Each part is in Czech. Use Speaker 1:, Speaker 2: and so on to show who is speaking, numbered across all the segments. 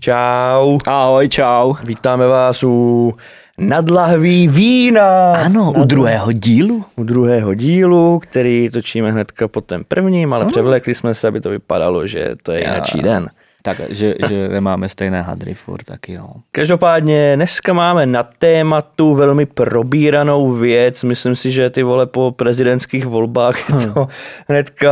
Speaker 1: Čau.
Speaker 2: Ahoj, čau.
Speaker 1: Vítáme vás u nadlahví vína.
Speaker 2: Ano, u druhého dílu.
Speaker 1: U druhého dílu, který točíme hnedka po ten prvním, ale převlekli jsme se, aby to vypadalo, že to je jináčí den.
Speaker 2: Tak, že, že nemáme stejné hadry furt taky, no.
Speaker 1: Každopádně dneska máme na tématu velmi probíranou věc. Myslím si, že ty vole po prezidentských volbách je to hnedka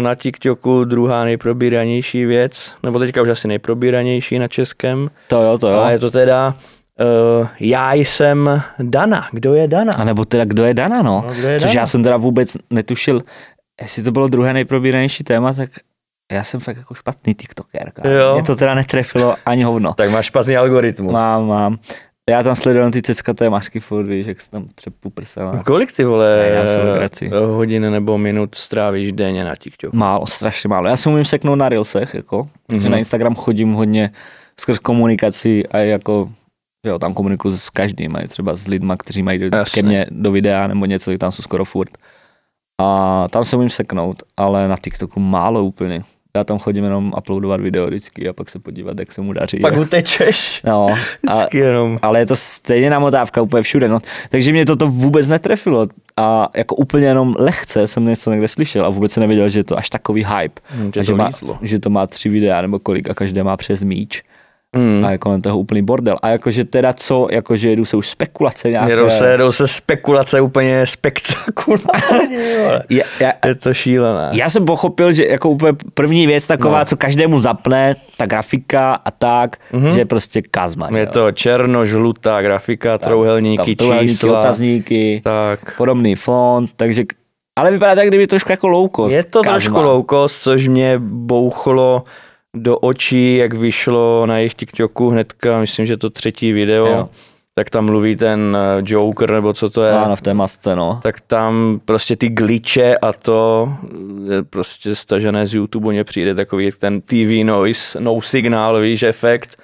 Speaker 1: na TikToku druhá nejprobíranější věc, nebo teďka už asi nejprobíranější na českém.
Speaker 2: To jo, to jo.
Speaker 1: A je to teda uh, já jsem Dana. Kdo je Dana?
Speaker 2: A nebo teda, kdo je Dana, no.
Speaker 1: No, kdo je
Speaker 2: Což
Speaker 1: Dana?
Speaker 2: já jsem teda vůbec netušil, jestli to bylo druhé nejprobíranější téma, tak já jsem fakt jako špatný tiktoker. kámo.
Speaker 1: Jo.
Speaker 2: Mě to teda netrefilo ani hovno.
Speaker 1: Tak máš špatný algoritmus.
Speaker 2: Mám, mám. Já tam sleduju ty ceckaté mařky furt, víš, jak se tam třepu prsa.
Speaker 1: Kolik ty vole
Speaker 2: Ne, já jsem legraci.
Speaker 1: eh, hodin nebo minut strávíš denně na TikToku?
Speaker 2: Málo, strašně málo. Já si umím seknout na Reelsech, jako, mm-hmm.
Speaker 1: Mhm.
Speaker 2: že na Instagram chodím hodně skrz komunikaci a jako, že jo, tam komunikuju s každým, a i třeba s lidma, kteří mají do,
Speaker 1: Jasně.
Speaker 2: ke mně do videa nebo něco, tak tam jsou skoro furt. A tam se umím seknout, ale na TikToku málo úplně. Já tam chodím jenom uploadovat video vždycky a pak se podívat, jak se mu daří.
Speaker 1: Pak utečeš.
Speaker 2: No, a,
Speaker 1: Vždycky jenom.
Speaker 2: ale je to stejně namotávka úplně všude, no. Takže mě toto vůbec netrefilo a jako úplně jenom lehce jsem něco někde slyšel a vůbec jsem nevěděl, že je to až takový hype.
Speaker 1: Hmm, tě
Speaker 2: a
Speaker 1: to
Speaker 2: že, má,
Speaker 1: lízlo.
Speaker 2: že to má tři videa nebo kolik a každé má přes míč.
Speaker 1: Mm.
Speaker 2: A je kolem toho úplný bordel. A jakože teda co, jakože jedou se už spekulace nějaké.
Speaker 1: Jedou se, jedou se spekulace úplně spektakulární. vole.
Speaker 2: Je, je,
Speaker 1: Je to šílené.
Speaker 2: já jsem pochopil, že jako úplně první věc taková, no. co každému zapne, ta grafika a tak,
Speaker 1: Mhm.
Speaker 2: mm-hmm. že je prostě kazma. že
Speaker 1: Je
Speaker 2: jo.
Speaker 1: to černo-žlutá grafika,
Speaker 2: Tam
Speaker 1: trouhelníky,
Speaker 2: trouhelníky,
Speaker 1: čísla.
Speaker 2: otazníky.
Speaker 1: Tak.
Speaker 2: podobný fond, takže, ale vypadá tak, kdyby trošku jako low cost.
Speaker 1: Je to
Speaker 2: Kazma.
Speaker 1: trošku loukost, což mě bouchlo do očí, jak vyšlo na jejich TikToku hnedka, myslím, že to třetí video,
Speaker 2: Jo.
Speaker 1: tak tam mluví ten eh, Joker, nebo co to je.
Speaker 2: Ano, v té masce, no.
Speaker 1: tak tam prostě ty glitche a to je prostě stažené z YouTube mně přijde takový ten TV noise, no signál, víš, efekt,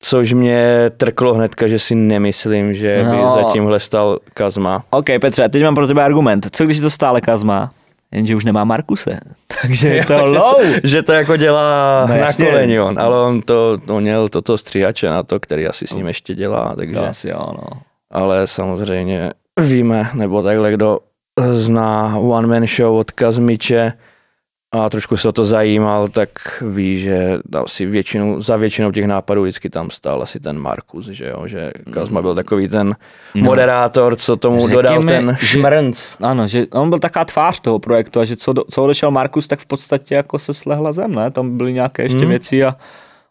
Speaker 1: což mě trklo hnedka, že si nemyslím, že by
Speaker 2: No.
Speaker 1: zatímhle stal Kazma.
Speaker 2: OK, Petře, a teď mám pro tebe argument. Co když je to stále kazma, jenže už nemá Markuse? Takže je to low.
Speaker 1: Že, že to jako dělá
Speaker 2: No
Speaker 1: no, na
Speaker 2: jasně.
Speaker 1: koleni on, ale on to, on měl toto stříhače na to, který asi s ním ještě dělá, takže,
Speaker 2: To asi jo, no.
Speaker 1: ale samozřejmě víme, nebo takhle, kdo zná One Man Show od Kazmiče a trošku se o to zajímal, tak ví, že asi většinu, za většinou těch nápadů vždycky tam stál asi ten Markus, že jo, že
Speaker 2: Mm.
Speaker 1: Kazma byl takový ten
Speaker 2: No.
Speaker 1: moderátor, co tomu
Speaker 2: Řekněme,
Speaker 1: dodal ten
Speaker 2: že-
Speaker 1: šmrnc.
Speaker 2: Ano, že on byl taká tvář toho projektu a že co, do, co odešel Markus, tak v podstatě jako se slehla zem, ne? Tam byly nějaké ještě hmm. věci a,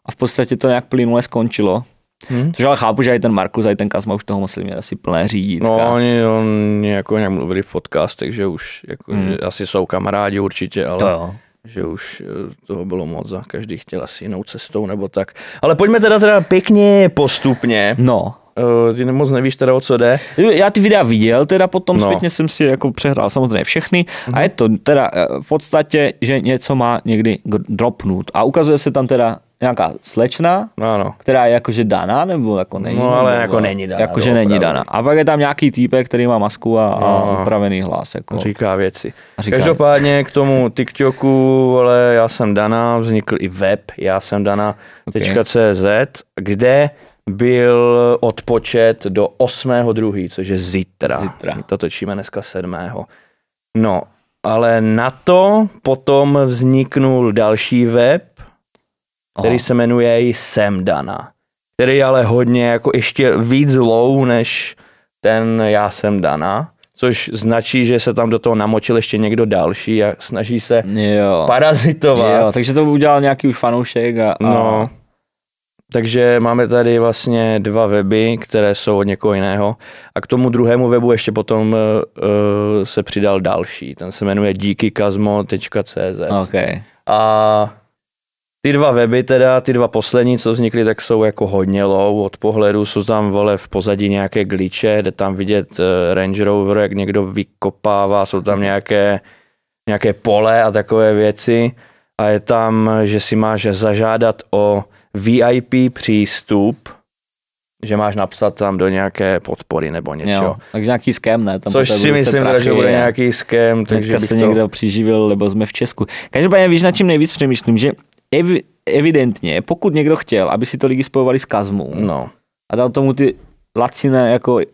Speaker 2: a v podstatě to nějak plynule skončilo.
Speaker 1: Hmm.
Speaker 2: Hmm. Což ale chápu, že i ten Markus, i ten Kazma už toho museli mít asi plné řídit.
Speaker 1: No, oni, oni jako nějak mluvili v podcastech, že už jako, hmm. že asi jsou kamarádi určitě, ale...
Speaker 2: to jo.
Speaker 1: že už eh, toho bylo moc a každý chtěl asi jinou cestou nebo tak. Ale pojďme teda teda pěkně postupně.
Speaker 2: No,
Speaker 1: Eh, Ty moc nevíš teda o co jde.
Speaker 2: Já ty videa viděl, teda potom
Speaker 1: No. Mhm.
Speaker 2: no. zpětně jsem si jako přehrál samozřejmě všechny a je to teda eh, v podstatě, že něco má někdy gr- dropnout a ukazuje se tam teda nějaká slečna,
Speaker 1: No, no.
Speaker 2: která je jakože daná, nebo jako není.
Speaker 1: No, ale
Speaker 2: nebo,
Speaker 1: jako není daná,
Speaker 2: Jakože
Speaker 1: doopravdy.
Speaker 2: není daná. A pak je tam nějaký týpek, který má masku a,
Speaker 1: No.
Speaker 2: a upravený hlas. Jako.
Speaker 1: Říká věci.
Speaker 2: Říká
Speaker 1: Každopádně věci. k tomu TikToku, ale já jsem Dana, vznikl i web já jsem Dana.cz, kde byl odpočet do 8.2., což je zítra.
Speaker 2: Zítra.
Speaker 1: My to točíme dneska 7. No, ale na to potom vzniknul další web, který
Speaker 2: Aha.
Speaker 1: se jmenuje Jsem Dana, který je ale hodně jako ještě víc low než ten Já jsem Dana, což značí, že se tam do toho namočil ještě někdo další a snaží se
Speaker 2: Jo.
Speaker 1: parazitovat.
Speaker 2: No. jo. Takže to udělal nějaký už fanoušek a, a
Speaker 1: No. Takže máme tady vlastně dva weby, které jsou od někoho jiného. A k tomu druhému webu ještě potom uh, se přidal další. Ten se jmenuje díkykazmo.cz.
Speaker 2: Okay.
Speaker 1: A ty dva weby, teda ty dva poslední, co vznikly, tak jsou jako hodně low od pohledu, jsou tam vole v pozadí nějaké glitche, jde tam vidět eh, Range Rover, jak někdo vykopává, jsou tam nějaké, nějaké pole a takové věci a je tam, že si máš zažádat o VIP přístup, že máš napsat tam do nějaké podpory nebo něčeho.
Speaker 2: Jo. Takže nějaký skem, ne? Tam
Speaker 1: Což si
Speaker 2: potřebuje více
Speaker 1: myslím, teda, že
Speaker 2: prachy
Speaker 1: bude
Speaker 2: a-
Speaker 1: nějaký skem, takže
Speaker 2: Hnedka
Speaker 1: bych
Speaker 2: se
Speaker 1: to...
Speaker 2: někdo přiživil, nebo jsme v Česku. Každopádně víš, nad čím nejvíc přemýšlím, že je, v- evidentně, pokud někdo chtěl, aby si to lidi spojovali s Kazmou
Speaker 1: No,
Speaker 2: a dal tomu ty laciné jako eh,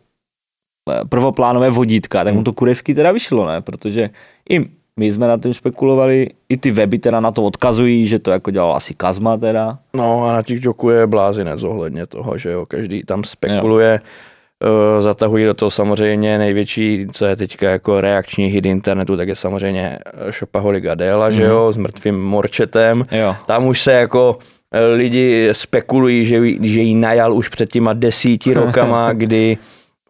Speaker 2: prvoplánové vodítka,
Speaker 1: Mm.
Speaker 2: tak mu to kurevský teda vyšlo, ne? Protože i my jsme na tom spekulovali, i ty weby teda na to odkazují, že to jako dělal asi Kazma teda.
Speaker 1: No a na TikToku je blázinec ohledně toho, že jo, každý tam spekuluje, eh, zatahují do toho samozřejmě největší, co je teďka jako reakční hit internetu, tak je samozřejmě eh, Shopaholic Adela, že jo, s mrtvým morčetem.
Speaker 2: Jo.
Speaker 1: Tam už se jako eh, lidi spekulují, že, ji- že ji najal už před těma desíti rokama, kdy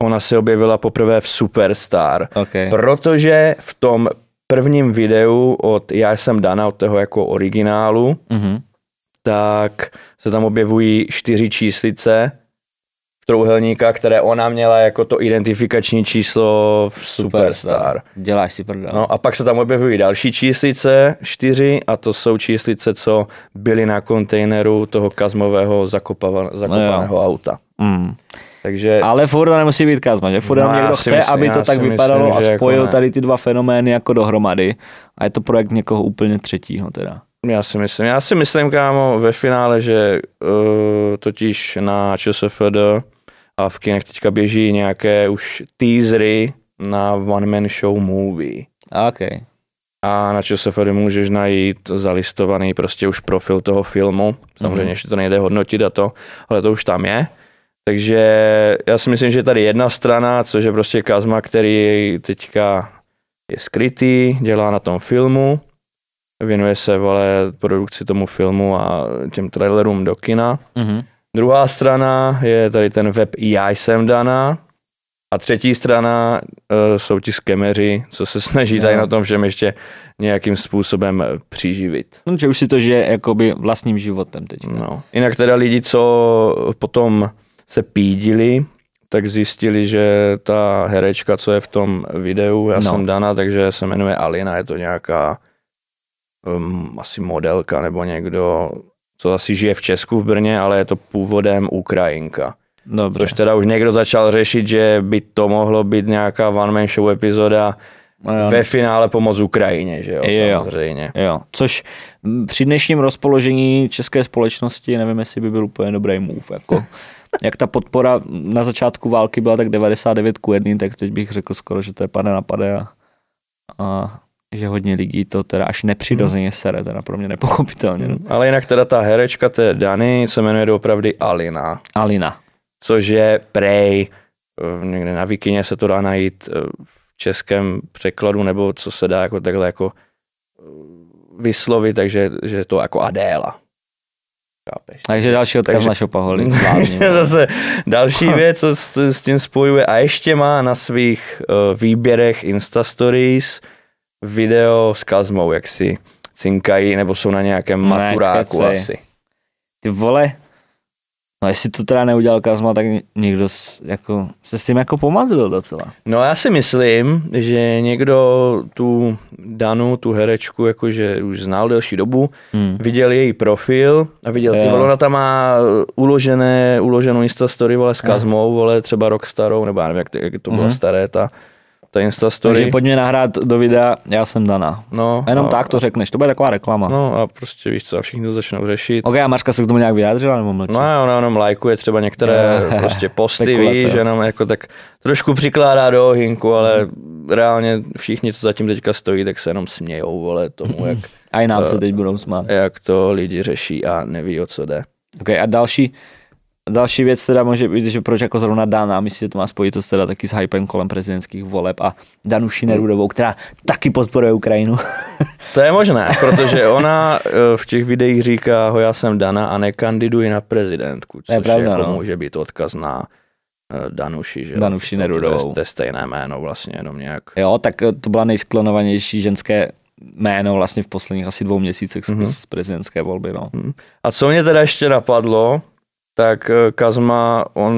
Speaker 1: ona se objevila poprvé v Superstar.
Speaker 2: Okay.
Speaker 1: Protože v tom prvním videu od Já jsem Dana, od toho jako originálu,
Speaker 2: Mhm.
Speaker 1: tak se tam objevují čtyři číslice v trouhelníka, které ona měla jako to identifikační číslo v Superstar.
Speaker 2: Děláš si prdel.
Speaker 1: No a pak se tam objevují další číslice, čtyři, a to jsou číslice, co byly na kontejneru toho kazmového zakopava, zakopaného auta.
Speaker 2: Mm.
Speaker 1: Takže
Speaker 2: Ale furt to nemusí být Kazma, že? Furt
Speaker 1: No,
Speaker 2: no,
Speaker 1: já
Speaker 2: někdo
Speaker 1: si
Speaker 2: chce,
Speaker 1: myslím-
Speaker 2: aby
Speaker 1: já
Speaker 2: to tak
Speaker 1: si
Speaker 2: vypadalo
Speaker 1: myslím, že
Speaker 2: a
Speaker 1: jako
Speaker 2: spojil
Speaker 1: ne.
Speaker 2: tady ty dva fenomény jako dohromady. A je to projekt někoho úplně třetího teda.
Speaker 1: já si myslím, já si myslím, kámo, ve finále, že uh, totiž na ČSFD a v kinech teďka běží nějaké už teasery na One Man Show Movie.
Speaker 2: OK.
Speaker 1: a na ČSFD můžeš najít zalistovaný prostě už profil toho filmu. Samozřejmě,
Speaker 2: Mhm.
Speaker 1: ještě to nejde hodnotit a to, ale to už tam je. Takže já si myslím, že je tady jedna strana, což je prostě Kazma, který teďka je skrytý, dělá na tom filmu, věnuje se vole produkci tomu filmu a těm trailerům do kina.
Speaker 2: Mm-hmm.
Speaker 1: Druhá strana je tady ten web Já jsem Dana. A třetí strana uh, jsou ti skemeři, co se snaží tady
Speaker 2: Jo.
Speaker 1: na tom všem ještě nějakým způsobem eh, přiživit.
Speaker 2: No, že už si to žije jakoby vlastním životem teď.
Speaker 1: No. Jinak teda lidi, co potom se pídili, tak zjistili, že ta herečka, co je v tom videu, já
Speaker 2: No.
Speaker 1: no. jsem Dana, takže se jmenuje Alina, je to nějaká um, asi modelka nebo někdo, co asi žije v Česku v Brně, ale je to původem Ukrajinka.
Speaker 2: Dobře.
Speaker 1: Což teda už někdo začal řešit, že by to mohlo být nějaká one man show epizoda
Speaker 2: No jo.
Speaker 1: ve finále pomoc Ukrajině, že jo,
Speaker 2: Jo.
Speaker 1: samozřejmě.
Speaker 2: Jo, což m, při dnešním rozpoložení české společnosti nevím, jestli by byl úplně dobrý move. Jako, jak ta podpora na začátku války byla tak 99 ku 1, tak teď bych řekl skoro, že to je pade na pade a, a že hodně lidí to teda až nepřirozeně sere, teda pro mě nepochopitelně. No.
Speaker 1: Ale jinak teda ta herečka té Dany se jmenuje doopravdy Alina,
Speaker 2: Alina.
Speaker 1: což je prej, eh, někde na Vikině se to dá najít eh, v českém překladu, nebo co se dá jako takhle jako eh, vyslovit, takže že je to jako Adéla. Chápeš?
Speaker 2: Takže další odkaz
Speaker 1: Takže-
Speaker 2: na Šopaholi.
Speaker 1: Zase další věc, co s, s tím spojuje a ještě má na svých uh, výběrech Insta Stories video s Kazmou, jak si cinkají, nebo jsou na nějakém
Speaker 2: Ne,
Speaker 1: maturáku
Speaker 2: kecej.
Speaker 1: asi.
Speaker 2: Ty vole, no jestli to teda neudělal Kazma, tak někdo s, jako, se s tím jako pomazil docela.
Speaker 1: No já si myslím, že někdo tu Danu, tu herečku, jakože už znal delší dobu,
Speaker 2: Hmm.
Speaker 1: viděl její profil a viděl, ty
Speaker 2: Jo.
Speaker 1: vole, ona tam má uložené, uloženou Insta story, vole, s Kazmou, vole, třeba rok starou, nebo já nevím, jak, to- jak to bylo
Speaker 2: Mhm.
Speaker 1: staré, ta, ta Insta
Speaker 2: Takže
Speaker 1: story.
Speaker 2: pojďme nahrát do videa, já jsem Dana.
Speaker 1: No,
Speaker 2: A jenom
Speaker 1: a,
Speaker 2: tak to řekneš, to bude taková reklama. No.
Speaker 1: No a prostě víš co, a všichni to začnou řešit.
Speaker 2: Ok, a Mařka se k tomu nějak vyjádřila nebo mlčí?
Speaker 1: No a ona jenom lajkuje třeba některé
Speaker 2: Jo.
Speaker 1: prostě posty,
Speaker 2: Spekulace, no.
Speaker 1: víš,
Speaker 2: jo.
Speaker 1: že jenom jako tak trošku přikládá do ohinku, ale reálně všichni, co zatím teďka stojí, tak se jenom smějou, vole, tomu, jak,
Speaker 2: A i
Speaker 1: Eh.
Speaker 2: nám se teď budou smát.
Speaker 1: jak to lidi řeší a neví, o co jde.
Speaker 2: Ok, a další, další věc teda může být, že proč jako zrovna Dana, myslím, že to má spojitost teda taky s hypem kolem prezidentských voleb a Danu
Speaker 1: Hmm.
Speaker 2: Šinerudovou, která taky podporuje Ukrajinu.
Speaker 1: To je možné, protože ona eh, v těch videích říká, ho já jsem Dana a nekandiduji na prezidentku,
Speaker 2: To je
Speaker 1: což
Speaker 2: pravda,
Speaker 1: jako
Speaker 2: no.
Speaker 1: může být odkaz na eh, Danuši, že jo,
Speaker 2: Danuši
Speaker 1: to- to je-
Speaker 2: Nerudovou.
Speaker 1: To je stejné jméno vlastně, jenom nějak.
Speaker 2: jo, tak eh, to byla nejsklonovanější ženské jméno vlastně v posledních asi dvou měsících
Speaker 1: Mhm.
Speaker 2: mm-hmm. z prezidentské volby. No.
Speaker 1: A co mě teda ještě napadlo, tak eh, Kazma, on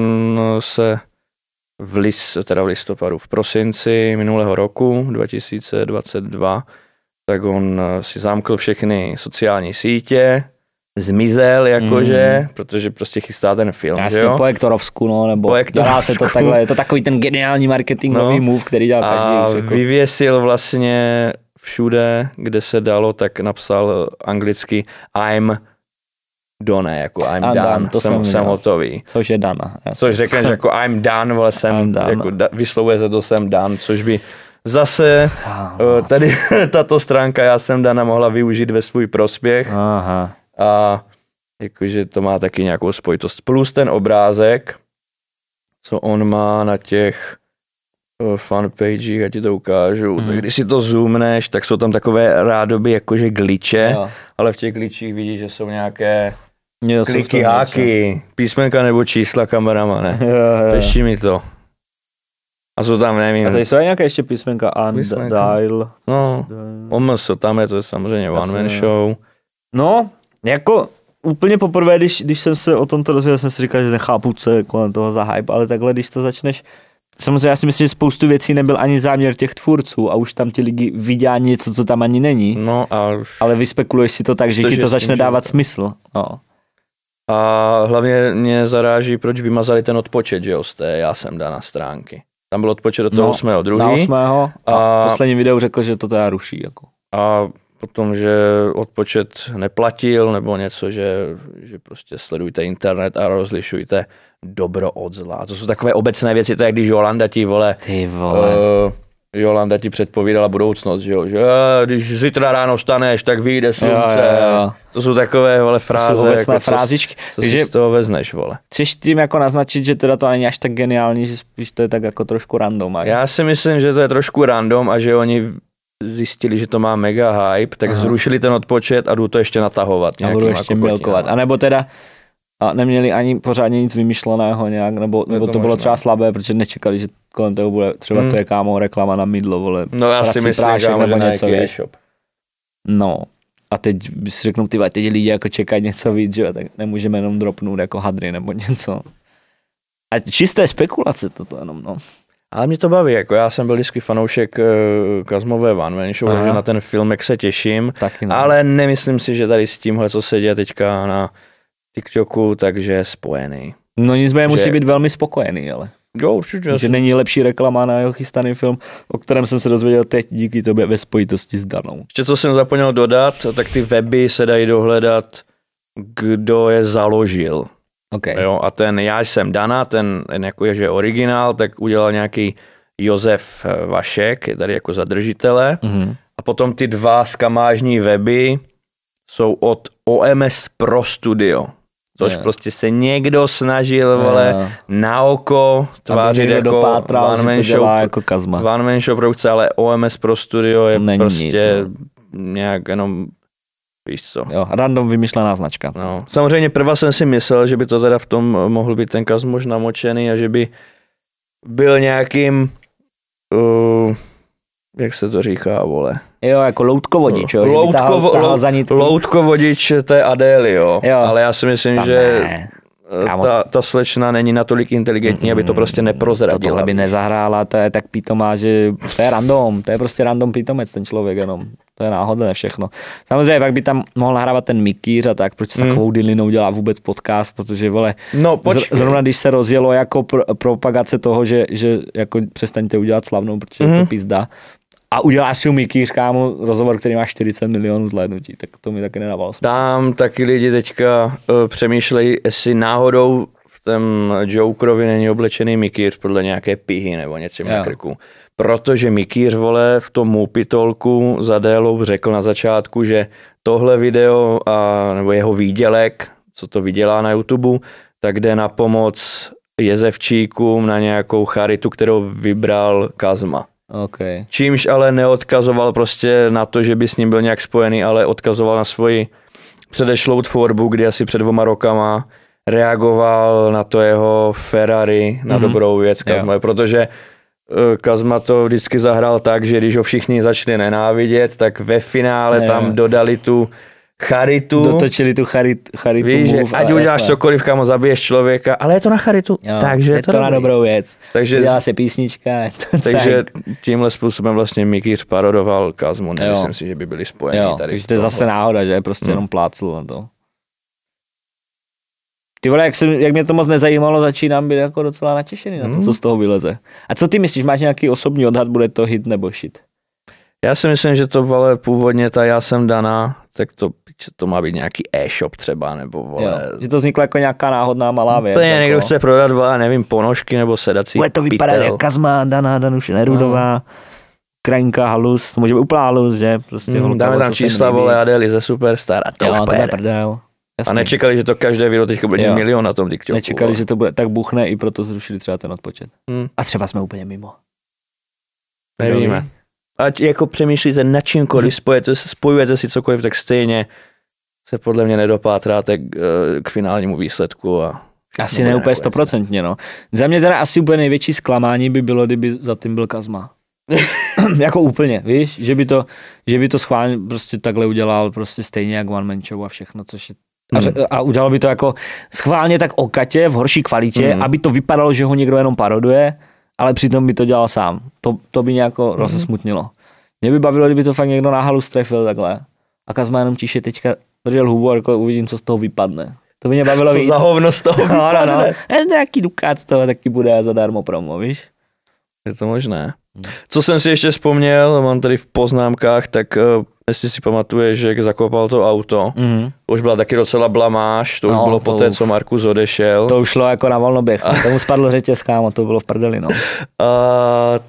Speaker 1: se v, lis, teda v listopadu, v prosinci minulého roku 2022, tak on eh, si zamkl všechny sociální sítě, zmizel jakože, mm. protože prostě chystá ten film,
Speaker 2: Mhm. Já
Speaker 1: že
Speaker 2: si to
Speaker 1: jo?
Speaker 2: po Ektorovsku, no, nebo
Speaker 1: Po
Speaker 2: dá se to
Speaker 1: Ektorovsku.
Speaker 2: takhle, je to takový ten geniální marketingový no.
Speaker 1: No.
Speaker 2: move, který dělá
Speaker 1: A
Speaker 2: každý. už, Jako.
Speaker 1: vyvěsil vlastně všude, kde se dalo, tak napsal anglicky I'm done, jako I'm,
Speaker 2: I'm
Speaker 1: done,
Speaker 2: done, to
Speaker 1: jsem,
Speaker 2: jsem
Speaker 1: jsem
Speaker 2: viděl.
Speaker 1: hotový.
Speaker 2: Což je Dana. Já
Speaker 1: Což řekneš jako I'm done, ale jsem,
Speaker 2: I'm done.
Speaker 1: jako da, vyslovuje se to jsem done, což by zase eh, tady tato stránka já jsem Dana mohla využít ve svůj prospěch
Speaker 2: Aha.
Speaker 1: a jakože to má taky nějakou spojitost. Plus ten obrázek, co on má na těch eh, fanpagech, já ti to ukážu,
Speaker 2: Hmm.
Speaker 1: tak když si to zoomneš, tak jsou tam takové rádoby jakože gliče,
Speaker 2: Jo.
Speaker 1: ale v těch kličích vidíš, že jsou nějaké
Speaker 2: Jo, jsou v
Speaker 1: kliky,
Speaker 2: tom
Speaker 1: háky, písmenka nebo čísla kameramane.
Speaker 2: něco. Jo, jo, jo.
Speaker 1: Teší mi to. A jsou tam, nevím,
Speaker 2: Eh. A tady jsou aj nějaké ještě písmenka and
Speaker 1: Písmenka.
Speaker 2: dial.
Speaker 1: no, OMS, tam je to samozřejmě one man
Speaker 2: Jasně,
Speaker 1: show.
Speaker 2: No, jako úplně poprvé, když, když jsem se o tomto dozvěděl, jsem si říkal, že nechápu, co je kolem toho za hype, ale takhle, když to začneš, samozřejmě já si myslím, že spoustu věcí nebyl ani záměr těch tvůrců a už tam ti lidi vidí něco, co tam ani není,
Speaker 1: No a už
Speaker 2: ale vyspekuluješ si to tak, že
Speaker 1: Což
Speaker 2: ti
Speaker 1: je
Speaker 2: to
Speaker 1: s tím
Speaker 2: začne dávat
Speaker 1: životem.
Speaker 2: smysl. No.
Speaker 1: A hlavně mě zaráží, proč vymazali ten odpočet, že jo, z té já jsem dá na stránky. Tam byl odpočet do toho
Speaker 2: No,
Speaker 1: 8.
Speaker 2: Na
Speaker 1: 2.
Speaker 2: osmého a,
Speaker 1: A-
Speaker 2: a poslední video řekl, že to teda ruší. Jako.
Speaker 1: A potom, že odpočet neplatil nebo něco, že, že prostě sledujte internet a rozlišujte dobro od zla. To jsou takové obecné věci, to je jak když Jolanda ti vole,
Speaker 2: Ty vole.
Speaker 1: uh, Jolanda ti předpovídala budoucnost, že jo, že eh, když zítra ráno staneš, tak vyjde slunce.
Speaker 2: jo, jo.
Speaker 1: To jsou takové vole
Speaker 2: To jsou
Speaker 1: fráze,
Speaker 2: obecné
Speaker 1: jako,
Speaker 2: frázičky.
Speaker 1: co, co
Speaker 2: takže
Speaker 1: si z toho vezneš, vole.
Speaker 2: chceš tím jako naznačit, že teda to není až tak geniální, že spíš to je tak jako trošku random. až.
Speaker 1: Já si myslím, že to je trošku random a že oni zjistili, že to má mega hype, tak Aha. zrušili ten odpočet a jdu to ještě natahovat.
Speaker 2: a
Speaker 1: nějakýma
Speaker 2: budu ještě
Speaker 1: kokotinama.
Speaker 2: milkovat. jako A nebo teda a neměli ani pořádně nic vymyšleného nějak, nebo, nebo
Speaker 1: to
Speaker 2: to, to bylo
Speaker 1: možné. Hmm.
Speaker 2: třeba slabé, protože nečekali, že kolem toho bude třeba to je kámo reklama na mydlo, vole.
Speaker 1: No já si
Speaker 2: prací
Speaker 1: myslím,
Speaker 2: prášek
Speaker 1: kámo, že
Speaker 2: nebo
Speaker 1: na
Speaker 2: něco,
Speaker 1: nějaký
Speaker 2: víš.
Speaker 1: e-shop.
Speaker 2: No. A teď si řeknu, ty vole, teď lidi jako čekají něco víc, že jo, tak nemůžeme jenom dropnout jako hadry nebo něco. A čisté spekulace toto jenom, no.
Speaker 1: Ale mě to baví, jako já jsem byl vždycky fanoušek eh, Kazmové Van Man Show,
Speaker 2: Aha.
Speaker 1: takže na ten film, jak se těším,
Speaker 2: Taky no.
Speaker 1: ale nemyslím si, že tady s tímhle, co se děje teďka na TikToku, takže je spojený.
Speaker 2: No nicméně
Speaker 1: že-
Speaker 2: musí být velmi spokojený, ale.
Speaker 1: Jo, určitě.
Speaker 2: Že není lepší reklama na jeho chystaný film, o kterém jsem se dozvěděl teď díky tobě ve spojitosti s Danou.
Speaker 1: Ještě co jsem zapomněl dodat, tak ty weby se dají dohledat, kdo je založil.
Speaker 2: Okay.
Speaker 1: Jo, a ten já jsem Dana, ten, ten jako je, že je originál, tak udělal nějaký Josef eh, Vašek, je tady jako zadržitele.
Speaker 2: Mhm.
Speaker 1: A potom ty dva skamážní weby jsou od OMS Pro Studio. Což
Speaker 2: Jo.
Speaker 1: prostě se někdo snažil, vole,
Speaker 2: Jo.
Speaker 1: na oko tvářit
Speaker 2: někdo
Speaker 1: jako
Speaker 2: dopátral,
Speaker 1: one
Speaker 2: že to
Speaker 1: man show,
Speaker 2: dělá jako Kazma.
Speaker 1: one man show produkce, ale OMS Pro Studio je
Speaker 2: Není nic, no.
Speaker 1: prostě nějak jenom, víš co.
Speaker 2: Jo, random vymyšlená značka.
Speaker 1: No. Samozřejmě prva jsem si myslel, že by to teda v tom eh, mohl být ten Kazmož namočený a že by byl nějakým, uh, jak se to říká, vole.
Speaker 2: Jo, jako loutkovodič, jo, že by tahal,
Speaker 1: Loutkovo-
Speaker 2: tahal
Speaker 1: lou-
Speaker 2: za nitky.
Speaker 1: Loutkovodič té Adély, jo.
Speaker 2: Jo.
Speaker 1: Ale já si myslím,
Speaker 2: Tam
Speaker 1: že
Speaker 2: ne,
Speaker 1: eh,
Speaker 2: kámo.
Speaker 1: ta, ta slečna není natolik inteligentní, aby to prostě
Speaker 2: to
Speaker 1: neprozradila.
Speaker 2: tohle by nezahrála, to je tak pitomá, že to je random, to je prostě random pitomec ten člověk jenom. To je náhodné všechno. Samozřejmě, pak by tam mohl nahrávat ten Mikýř a tak, proč s
Speaker 1: Hmm.
Speaker 2: takovou dilinou dělá vůbec podcast, protože vole,
Speaker 1: No,
Speaker 2: Zr-
Speaker 1: počkej.
Speaker 2: zrovna když se rozjelo jako pro, propagace toho, že, že jako přestaňte udělat slavnou, protože mm-hmm. je to
Speaker 1: Mhm.
Speaker 2: pizda. A uděláš si u Mikýř, kámo, rozhovor, který má 40 milionů zhlédnutí, tak to mi taky nedávalo smysl.
Speaker 1: Tam taky lidi teďka uh, přemýšlejí, jestli náhodou v tom Jokerovi není oblečený mikýř podle nějaké pihy nebo něco na
Speaker 2: Jo.
Speaker 1: krku. Protože mikýř, vole, v tom mupitolku za Délou řekl na začátku, že tohle video a, nebo jeho výdělek, co to vydělá na YouTube, tak jde na pomoc jezevčíkům na nějakou charitu, kterou vybral Kazma.
Speaker 2: Okay.
Speaker 1: Čímž ale neodkazoval prostě na to, že by s ním byl nějak spojený, ale odkazoval na svoji předešlou tvorbu, kdy asi před dvoma rokama reagoval na to jeho Ferrari,
Speaker 2: Mhm.
Speaker 1: na mm-hmm. dobrou věc Kazma, protože eh, Kazma to vždycky zahrál tak, že když ho všichni začali nenávidět, tak ve finále
Speaker 2: Jo.
Speaker 1: tam dodali tu charitu.
Speaker 2: Dotočili tu charit, charitu
Speaker 1: Víš, že
Speaker 2: move,
Speaker 1: ať
Speaker 2: ale
Speaker 1: uděláš
Speaker 2: jasné.
Speaker 1: cokoliv, kamo, zabiješ člověka, ale je to na charitu,
Speaker 2: Jo,
Speaker 1: takže
Speaker 2: je to, to na
Speaker 1: dobrý.
Speaker 2: dobrou věc.
Speaker 1: Takže-
Speaker 2: Takže Dělá se písnička. je to
Speaker 1: Takže
Speaker 2: cajk.
Speaker 1: tímhle způsobem vlastně Mikýř parodoval Kazmu, nemyslím
Speaker 2: Jo.
Speaker 1: si, že by byli spojeni
Speaker 2: jo,
Speaker 1: tady.
Speaker 2: takže
Speaker 1: v
Speaker 2: to je
Speaker 1: tomhle.
Speaker 2: zase náhoda, že prostě hmm. jenom plácl na to. Ty vole, jak, jsem, jak mě to moc nezajímalo, začínám být jako docela natěšený
Speaker 1: Hmm.
Speaker 2: na to, co z toho vyleze. A co ty myslíš, máš nějaký osobní odhad, bude to hit nebo shit?
Speaker 1: Já si myslím, že to vole původně ta Já jsem Dana, tak to, že to má být nějaký e-shop třeba, nebo vole.
Speaker 2: Jo. Že to vzniklo jako nějaká náhodná malá věc.
Speaker 1: Úplně někdo
Speaker 2: jako.
Speaker 1: chce prodat, vole, nevím, ponožky nebo sedací
Speaker 2: Bude to vypadá
Speaker 1: pytel. Hmm.
Speaker 2: jak Kazma, Dana, Danuše Nerudová, Krajinka, Halus, to může být úplná Halus, že? Prostě
Speaker 1: Mm,
Speaker 2: holka,
Speaker 1: dáme
Speaker 2: vole,
Speaker 1: tam
Speaker 2: co se
Speaker 1: čísla,
Speaker 2: nelíbí.
Speaker 1: vole, Adeli ze Superstar a to
Speaker 2: Jo,
Speaker 1: už
Speaker 2: to je
Speaker 1: pojede.
Speaker 2: prdel.
Speaker 1: A
Speaker 2: Jasný.
Speaker 1: nečekali, že to každé video teďka bude
Speaker 2: Jo.
Speaker 1: milion na tom TikToku.
Speaker 2: Nečekali,
Speaker 1: vole.
Speaker 2: že to bude, tak buchne, i proto zrušili třeba ten odpočet.
Speaker 1: Hm,
Speaker 2: A třeba jsme úplně mimo.
Speaker 1: nevíme. Ať jako přemýšlíte nad čímkoliv, spojete, spojujete si cokoliv, tak stejně se podle mě nedopátráte k, eh, k finálnímu výsledku. A všechno
Speaker 2: Asi
Speaker 1: bude
Speaker 2: ne úplně
Speaker 1: nakonec.
Speaker 2: stoprocentně, no. Za mě teda asi úplně největší zklamání by bylo, kdyby za tím byl Kazma. jako úplně, víš, že by to, že by to schválně prostě takhle udělal prostě stejně jak One Man Show a všechno, což je a,
Speaker 1: Hmm.
Speaker 2: ř- a udělal by to jako schválně tak o katě v horší kvalitě,
Speaker 1: Mm.
Speaker 2: mm. aby to vypadalo, že ho někdo jenom paroduje, ale přitom by to dělal sám. To, to by mě jako
Speaker 1: Hmm.
Speaker 2: mm. rozesmutnilo. Mě by bavilo, kdyby to fakt někdo na halu strefil takhle. A Kazma jenom tiše teďka držel hubu a řekl, uvidím, co z toho vypadne. To by mě bavilo
Speaker 1: Co
Speaker 2: víc.
Speaker 1: za hovno z toho
Speaker 2: No, no, no.
Speaker 1: vypadne.
Speaker 2: E, Nějaký dukát z toho taky bude a zadarmo promo, víš?
Speaker 1: Je to možné. Hmm. Co jsem si ještě vzpomněl, mám tady v poznámkách, tak eh, jestli si pamatuješ, že jak zakopal to auto,
Speaker 2: Mm.
Speaker 1: už byla taky docela blamáž, to už
Speaker 2: No,
Speaker 1: bylo
Speaker 2: to
Speaker 1: poté,
Speaker 2: už.
Speaker 1: co Markus odešel.
Speaker 2: To už šlo jako na volnoběh. A... Tomu spadl řetěz, kámo, to bylo v prdeli, no.
Speaker 1: A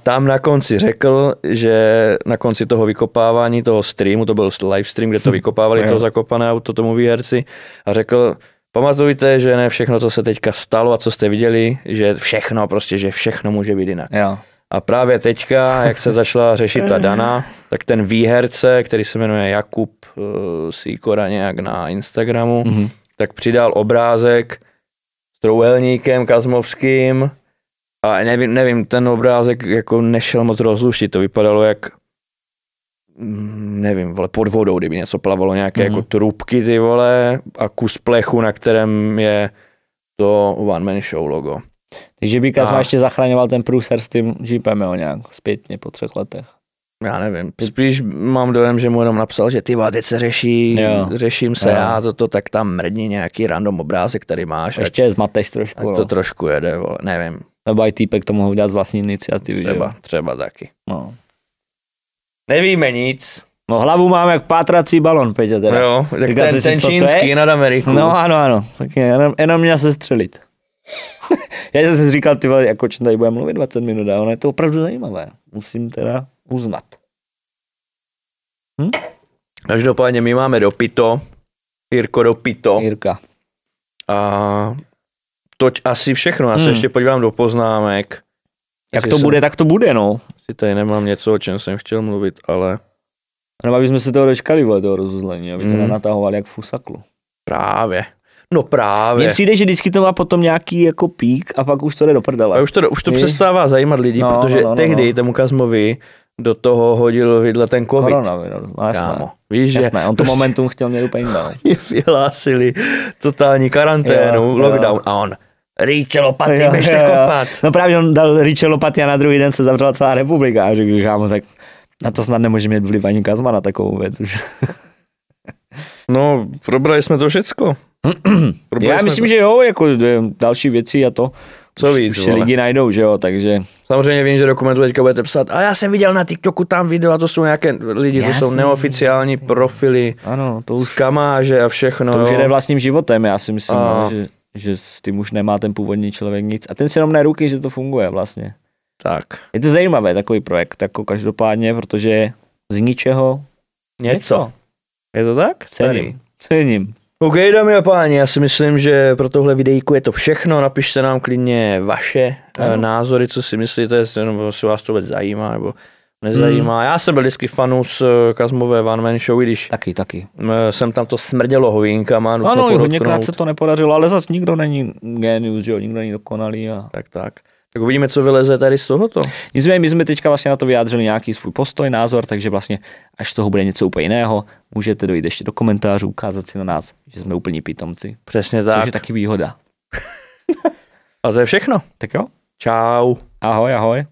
Speaker 1: tam na konci řekl, že na konci toho vykopávání, toho streamu, to byl live stream, kde to vykopávali,
Speaker 2: Jo.
Speaker 1: to zakopané auto tomu výherci, a řekl, pamatujte, že ne všechno, co se teďka stalo a co jste viděli, že všechno, prostě, že všechno může být jinak.
Speaker 2: Jo.
Speaker 1: A právě teďka, jak se začala řešit ta Dana, tak ten výherce, který se jmenuje Jakub uh, Sýkora nějak na Instagramu, mm-hmm. tak přidal obrázek s trouhelníkem kazmovským a nevím, nevím, ten obrázek jako nešel moc rozluštit, to vypadalo jak mm, nevím, vole, pod vodou, kdyby něco plavalo, nějaké mm.
Speaker 2: Mhm.
Speaker 1: jako trubky ty vole a kus plechu, na kterém je to One Man Show logo.
Speaker 2: Takže by Kazma
Speaker 1: A-
Speaker 2: a... ještě zachraňoval ten průser s tím Jeepem, jo, nějak zpětně po třech letech.
Speaker 1: Já nevím, spíš mám dojem, že mu jenom napsal, že ty vole, teď se řeší,
Speaker 2: Jo.
Speaker 1: řeším se
Speaker 2: Jo.
Speaker 1: já, toto, tak tam mrdni nějaký random obrázek, který máš,
Speaker 2: Ještě je zmateš trošku,
Speaker 1: ať, ať
Speaker 2: no.
Speaker 1: to trošku jede, vole, nevím,
Speaker 2: Nebo i týpek to mohl udělat z vlastní iniciativy, že jo.
Speaker 1: třeba, třeba taky.
Speaker 2: No.
Speaker 1: Nevíme nic.
Speaker 2: no. hlavu mám jak pátrací balon, Peťa, teda.
Speaker 1: Jo, tak
Speaker 2: Říkal
Speaker 1: ten,
Speaker 2: jsi si,
Speaker 1: ten
Speaker 2: co to je?
Speaker 1: čínský nad Ameriku.
Speaker 2: No ano, ano, tak je, jenom, jenom měl se střelit. Já jsem si říkal, ty vole, jako o čem tady budeme mluvit 20 minut, a ono je to opravdu zajímavé. Musím teda uznat.
Speaker 1: Každopádně my máme do pito, Jirko do pito
Speaker 2: Jirka.
Speaker 1: a to asi všechno, já se
Speaker 2: Hmm.
Speaker 1: ještě podívám do poznámek.
Speaker 2: Jak
Speaker 1: Jestli
Speaker 2: to
Speaker 1: jsem-
Speaker 2: bude, tak to bude, no.
Speaker 1: Si tady nemám něco, o čem jsem chtěl mluvit, ale
Speaker 2: Nebo aby jsme se toho dočkali, vole, toho rozuzlení, aby to
Speaker 1: Mm.
Speaker 2: nenatahovali jak v fusaklu.
Speaker 1: právě. No právě.
Speaker 2: Mně přijde, že vždycky to má potom nějaký jako pík a pak už to jde do prdele.
Speaker 1: A už to, už to
Speaker 2: Víš?
Speaker 1: přestává zajímat lidi, no,
Speaker 2: No,
Speaker 1: protože
Speaker 2: no,
Speaker 1: no,
Speaker 2: no,
Speaker 1: no,
Speaker 2: no,
Speaker 1: tehdy
Speaker 2: no.
Speaker 1: tomu Kazmovi do toho hodil vidle ten covid, no, no,
Speaker 2: Koronavirus, no, jasné.
Speaker 1: kámo. Víš, že
Speaker 2: Jasné, on to momentum chtěl mít úplně no. jinde.
Speaker 1: vyhlásili totální karanténu,
Speaker 2: Jo,
Speaker 1: jo,
Speaker 2: jo.
Speaker 1: lockdown a on rýče lopaty, jo, běžte jo, kopat.
Speaker 2: No právě on dal Riče Lopaty a na druhý den se zavřela celá republika a řekl, kámo, tak na to snad nemůže mít vliv ani Kazma na takovou věc už.
Speaker 1: No, probrali jsme to všecko. Probrali
Speaker 2: Já
Speaker 1: jsme
Speaker 2: myslím,
Speaker 1: to.
Speaker 2: že jo, jako eh, další věci a to
Speaker 1: Co víc,
Speaker 2: už si
Speaker 1: vole.
Speaker 2: lidi najdou, že jo, takže
Speaker 1: Samozřejmě vím, že dokumentu teďka budete psát, a já jsem viděl na TikToku tam video, a to jsou nějaké lidi, to jsou
Speaker 2: Jasný,
Speaker 1: neoficiální profily,
Speaker 2: ano, to
Speaker 1: už
Speaker 2: už,
Speaker 1: kamáže a všechno.
Speaker 2: to už
Speaker 1: jo.
Speaker 2: jde vlastním životem, já si myslím,
Speaker 1: A-
Speaker 2: no, že, že s tím už nemá ten původní člověk nic. A ten si jenom mne ruky, že to funguje vlastně.
Speaker 1: Tak,
Speaker 2: Je to zajímavé takový projekt, jako každopádně, protože z ničeho
Speaker 1: něco. Je to tak? Starý.
Speaker 2: cením. Cením.
Speaker 1: OK, dámy a páni, já si myslím, že pro tohle videjku je to všechno. Napište nám klidně vaše ano. názory, co si myslíte, jestli- nebo jestli vás to vůbec zajímá, nebo nezajímá. Já jsem byl vždycky fanus eh, Kazmové One Man Show, i když
Speaker 2: Taky, taky.
Speaker 1: eh, jsem tam to smrdělo hovínkama. nutno
Speaker 2: Ano,
Speaker 1: podotknout.
Speaker 2: hodněkrát se to nepodařilo, ale zase nikdo není genius, že jo, nikdo není dokonalý. A...
Speaker 1: Tak, tak. Tak uvidíme, co vyleze tady z tohoto.
Speaker 2: Nicméně my jsme teďka vlastně na to vyjádřili nějaký svůj postoj, názor, takže vlastně až z toho bude něco úplně jiného, můžete dojít ještě do komentářů, ukázat si na nás, že jsme úplní pitomci,
Speaker 1: Přesně
Speaker 2: což
Speaker 1: tak.
Speaker 2: je taky výhoda.
Speaker 1: A to je všechno.
Speaker 2: Tak jo,
Speaker 1: Čau.
Speaker 2: ahoj, ahoj.